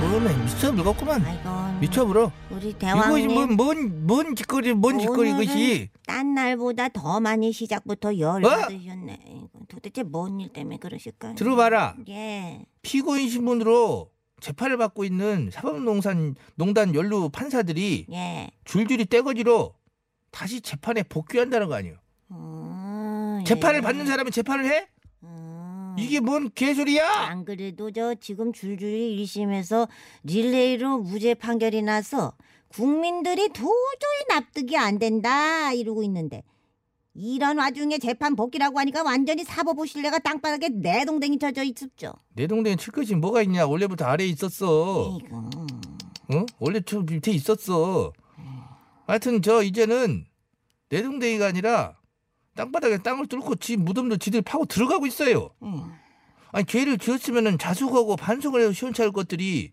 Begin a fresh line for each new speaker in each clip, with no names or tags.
어메 미쳐 물었구만
아이고
미쳐 물어
우리
이거
대왕님
뭔뭔 뭔, 뭔 짓거리 뭔 짓거리
오늘은
이것이
딴 날보다 더 많이 시작부터
어?
열받으셨네 이거 도대체 뭔 일 때문에 그러실까요
들어봐라
예
피고인 신분으로 재판을 받고 있는 사법농산 농단 연루 판사들이
예.
줄줄이 떼거지로 다시 재판에 복귀한다는 거 아니에요
어,
재판을
예.
받는 사람이 재판을 해
어.
이게 뭔 개소리야
안 그래도 저 지금 줄줄이 1심에서 릴레이로 무죄 판결이 나서 국민들이 도저히 납득이 안 된다 이러고 있는데 이런 와중에 재판 복귀라고 하니까 완전히 사법부 신뢰가 땅바닥에 내동댕이 쳐져 있습죠.
내 동네에 칠거지 뭐가 있냐 원래부터 아래에 있었어
이거
어? 원래 저 밑에 있었어. 하여튼 저 이제는 내동댕이가 아니라 땅바닥에 땅을 뚫고 지 무덤도 지들 파고 들어가고 있어요.
음.
아니 죄를 지었으면은 자숙하고 반성을 해서 시원찮을 것들이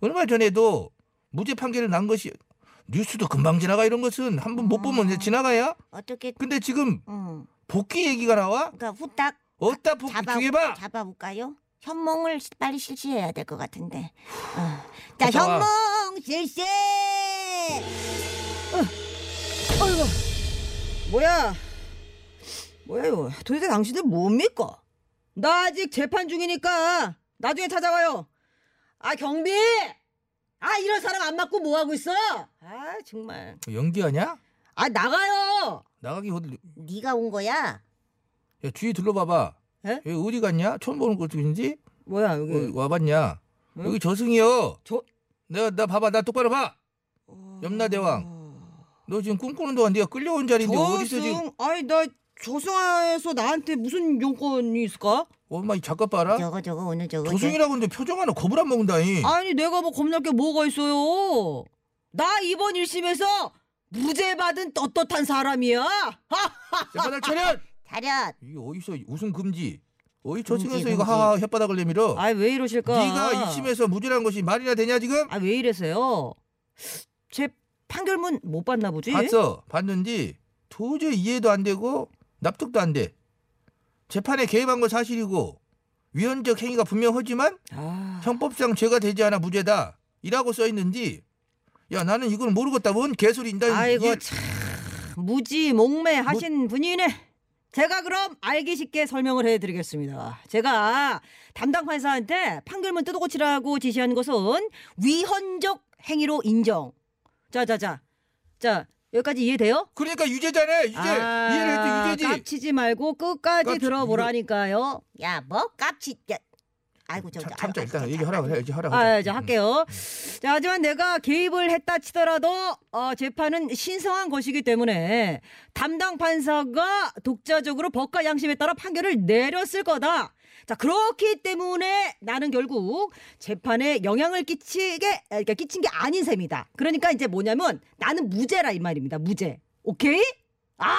얼마 전에도 무죄 판결을 난 것이 뉴스도 금방 지나가 이런 것은 한 번 못
아.
보면 이제 지나가야.
어떻게
근데 지금
음.
복귀 얘기가 나와?
그러니까 후딱
어디다 복귀
잡아
중해봐.
잡아볼까요? 현몽을 시- 빨리 실시해야 될 것 같은데. 어. 자,
갔다 와.
현몽 실시. 어, 어이구.
뭐야? 뭐야 이거? 도대체 당신들 뭡니까? 나 아직 재판 중이니까 나중에 찾아와요. 아 경비! 아 이런 사람 안 맞고 뭐 하고 있어? 아 정말.
연기하냐?
아 나가요.
나가기 어디?
네가 온 거야?
야 주위 둘러봐봐.
에?
여기 어디 갔냐? 처음 보는 곳인지?
뭐야
어,
여기?
와봤냐?
네. 응?
여기 저승이요.
저-
내가 나 봐봐 나 똑바로 봐. 어, 염라대왕. 너 지금 꿈꾸는 동안 네가 끌려온 자리인데 어디서 지금
어. 저승? 아니 나 저승에서 나한테 무슨 용건이 있을까?
엄마 이 작가 봐라.
저거 저거 오늘 저거
저승이라고 근데 표정 하나 겁을 안 먹는다니.
아니 내가 뭐 겁날 게 뭐가 있어요? 나 이번 일심에서 무죄 받은 떳떳한 사람이야. 하!
혓바닥 차렷.
저- 차렷.
이게 어디서 웃음 금지. 어이 저승에서
금지,
이거
금지.
하하 혓바닥을 내밀어.
아이 그러니까. 왜 이러실까?
네가 입심에서 무죄란 것이 말이나 되냐 지금?
아왜 이래세요? 제 판결문 못 봤나 보지?
봤어 봤는지 도저히 이해도 안 되고 납득도 안 돼. 재판에 개입한 건 사실이고 위헌적 행위가 분명하지만
아,
형법상 죄가 되지 않아 무죄다 이라고 써 있는지 야 나는 이걸 모르겠다 뭔 개소리인다
아이고
이게- 뭐
참 무지 목매 하신 분이네. 제가 그럼 알기 쉽게 설명을 해드리겠습니다. 제가 담당 판사한테 판결문 뜯어고치라고 지시한 것은 위헌적 행위로 인정. 자자자, 자 여기까지 이해돼요?
그러니까 유죄잖아 유죄
아,
이해를 해도 유죄지
깝치지 말고 끝까지
깝치-
들어보라니까요.
야, 뭐 깝치. 야. 아이고 저거.
참, 참자 일단 얘기하라고 해 얘기하라고
아, 자 할게요. 자, 하지만 내가 개입을 했다 치더라도 어, 재판은 신성한 것이기 때문에 담당 판사가 독자적으로 법과 양심에 따라 판결을 내렸을 거다. 자, 그렇기 때문에 나는 결국 재판에 영향을 끼치게 그러니까 끼친 게 아닌 셈이다. 그러니까 이제 뭐냐면 나는 무죄라 이 말입니다. 무죄. 오케이? 아,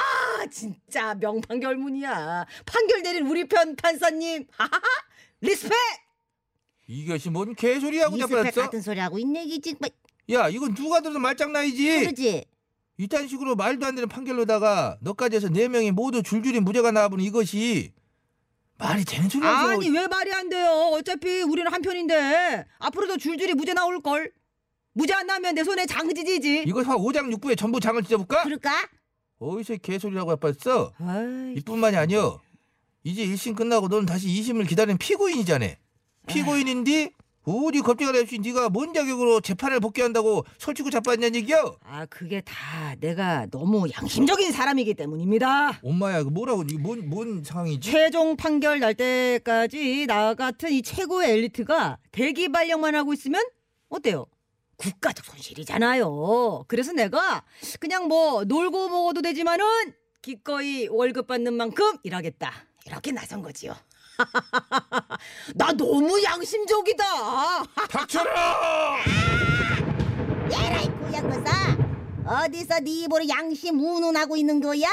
진짜 명판결문이야. 판결 내린 우리 편 판사님. 하하하. 리스펙!
이것이 뭔 개소리하고
이스펙
잡혔어
같은 소리 하고 있네 이지. 뭐,
야 이건 누가 들어도
예.
말장난이지
그러지.
이딴 식으로 말도 안 되는 판결로다가 너까지 해서 네 명이 모두 줄줄이 무죄가 나와버린 이것이 말이 되는 소리야
뭐.
아니 왜 말이 안 돼요? 어차피 우리는 한 편인데 앞으로도 줄줄이 무죄 나올 걸. 무죄 안 나면 내 손에 장지지지.
이거 한 5장 6부에 전부 장을 찢어볼까?
그럴까?
어디서 이 개소리라고 해봤어
아이,
이뿐만이 아니요. 이제 1심 끝나고 너는 다시 2심을 기다리는 피고인이잖아. 피고인인데 우리 겁쟁이 없이 네가 뭔 자격으로 재판을 복귀한다고 설치고 자빠졌냐는 얘기야.
아 그게 다 내가 너무 양심적인 사람이기 때문입니다.
엄마야 이거 뭐라고 이게 뭔, 뭔 상황이지?
최종 판결 날 때까지 나 같은 이 최고의 엘리트가 대기 발령만 하고 있으면 어때요? 국가적 손실이잖아요. 그래서 내가 그냥 뭐 놀고 먹어도 되지만은 기꺼이 월급 받는 만큼 일하겠다.
이렇게 나선 거지요. 나 너무 양심적이다.
닥쳐라!
에라이 고양고사 어디서 네 입으로 양심 운운하고 있는 거야?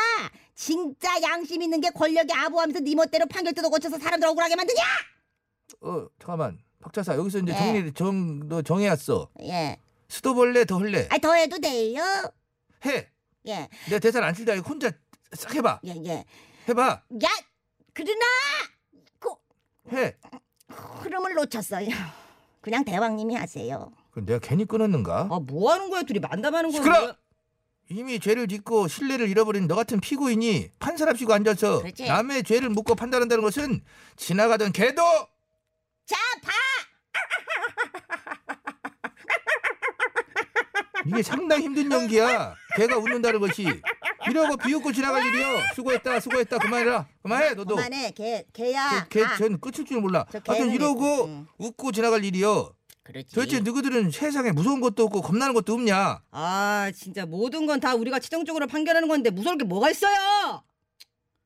진짜 양심 있는 게 권력에 아부하면서 네 멋대로 판결 뜯어 고쳐서 사람들 억울하게 만드냐?
어 잠깐만 박차사 여기서 이제
네.
정리를 정너 정해왔어.
예,
수도벌레 더 헐레
아 더해도 돼요?
해.
예,
내가 대사를 안 쓸다 이거 혼자 싹 해봐
예, 예.
해봐
야, 그러나
해.
흐름을 놓쳤어요. 그냥 대왕님이 하세요.
그럼 내가 괜히 끊었는가?
아, 뭐 하는 거야? 둘이 만담하는 거야?
시끄러! 이미 죄를 짓고 신뢰를 잃어버린 너 같은 피고인이 판사랍시고 앉아서
그렇지.
남의 죄를 묻고 판단한다는 것은 지나가던 개도
자, 봐.
이게 상당히 힘든 연기야. 개가 웃는다는 것이 이러고 비웃고 지나갈 일이요. 수고했다, 수고했다. 그만해라, 그만해 너도.
그만해, 걔, 걔야. 아,
개전 끝일 줄 몰라.
저
하여튼
개는
이러고
음.
웃고 지나갈 일이요.
그렇지.
도대체 누구들은 세상에 무서운 것도 없고 겁나는 것도 없냐?
아, 진짜 모든 건 다 우리가 치정적으로 판결하는 건데 무서울 게 뭐가 있어요?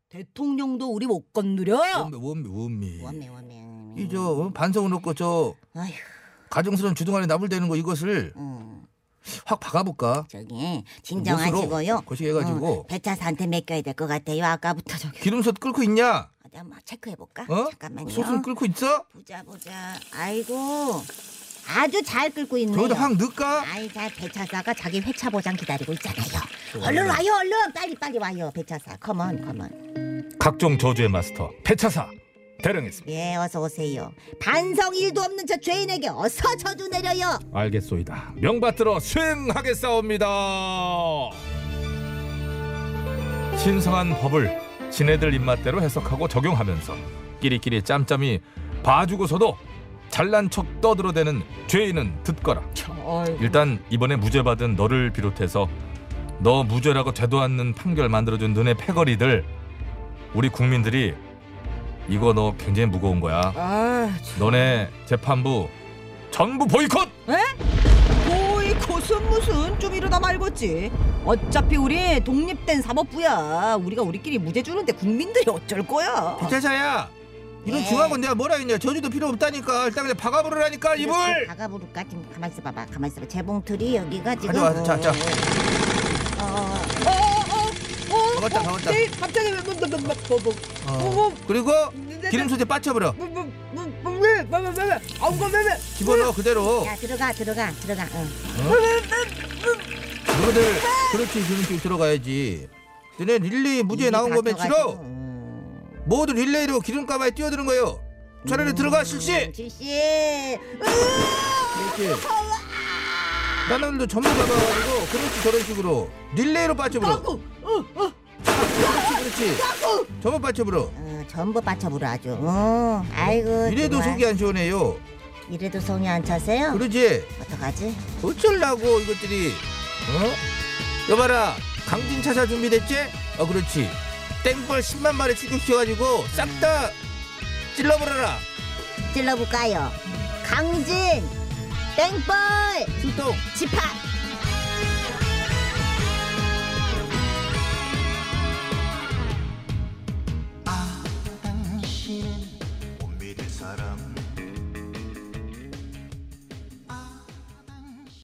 대통령도 우리 못 건드려.
원미, 원미, 원미.
어. 원매, 원매.
이저 어? 반성을 놓고 저
아휴,
가정스러운 주둥아리 나불대는 거 이것을
음,
확 박아볼까?
저기
못으로
진정하시고요.
그 거시기해가지고
어, 배차사한테 맡겨야 될 것 같아요. 아까부터 저기
기름솥 끓고 있냐?
어디 한번 체크해 볼까?
어?
아, 잠깐만요.
소금 끓고 있어?
보자 보자. 아이고, 아주 잘 끓고 있네요.
저기다 확 넣을까?
아이, 자 배차사가 자기 회차 보장 기다리고 있잖아요.
또
얼른
왔네.
와요, 얼른 빨리 빨리 와요, 배차사. 컴온, 컴온.
각종 저주의 마스터 배차사 대령했습니다.
예, 어서 오세요. 반성 일도 없는 저 죄인에게 어서 저주 내려요.
알겠소이다. 명받들어 수행하게 싸웁니다. 신성한 법을 지네들 입맛대로 해석하고 적용하면서 끼리끼리 짬짬이 봐주고서도 잘난 척 떠들어대는 죄인은 듣거라.
아이고.
일단 이번에 무죄 받은 너를 비롯해서 너 무죄라고 되도 않는 판결 만들어준 눈의 패거리들 우리 국민들이 이거 너 굉장히 무거운 거야.
아,
너네 재판부 전부 보이콧!
오이 고슨 무슨 좀 이러다 말겠지. 어차피 우리 독립된 사법부야. 우리가 우리끼리 무죄 주는데 국민들이 어쩔 거야.
대차사야 이런
예.
중요한 건 내가 뭐라 했냐? 저주도 필요 없다니까 일단 그냥 박아버리라니까
그렇지,
입을
박아부를까 지금 가만 있어 봐봐 가만 있어 봐 재봉틀이 여기가 지금
가져와, 자, 자.
어, 어,
어, 어, 어, 어,
박았다,
어,
박았다.
내일 갑자기 왜 뭐, 뭐, 뭐, 뭐, 뭐, 뭐,
어. 그리고
뭐,
기름솥에 빠쳐버려
뭐, 뭐, 뭐, 뭐, 왜, 뭐, 뭐, 뭐, 왜, 아우, 뭐, 왜, 왜,
집어넣어 그대로
어. 야 들어가 들어가 들어가 응.
너희들 그렇지 기름솥 들어가야지 너네 릴레이 무죄
이미
나온 거면
닫혀가지고,
싫어
음.
모두 릴레이로 기름가마에 뛰어드는 거예요
음.
차라리 들어가 실시
실시
그렇지 나는 오늘도 전부 잡아가지고 그렇지 저런 식으로 릴레이로 빠져버려
아이고, 어, 어,
그렇지 전부 빠쳐버려
어, 전부 받쳐부러 아주 어, 아이고
이래도
정말.
속이 안 시원해요
이래도 속이 안 차세요
그러지
어떡하지
어쩌려고 이것들이 어? 여봐라 강진 차사 준비됐지? 어 그렇지 땡벌 10만 마리 출격시켜가지고 싹 다 찔러버려라
찔러볼까요 강진 땡벌
출동
집합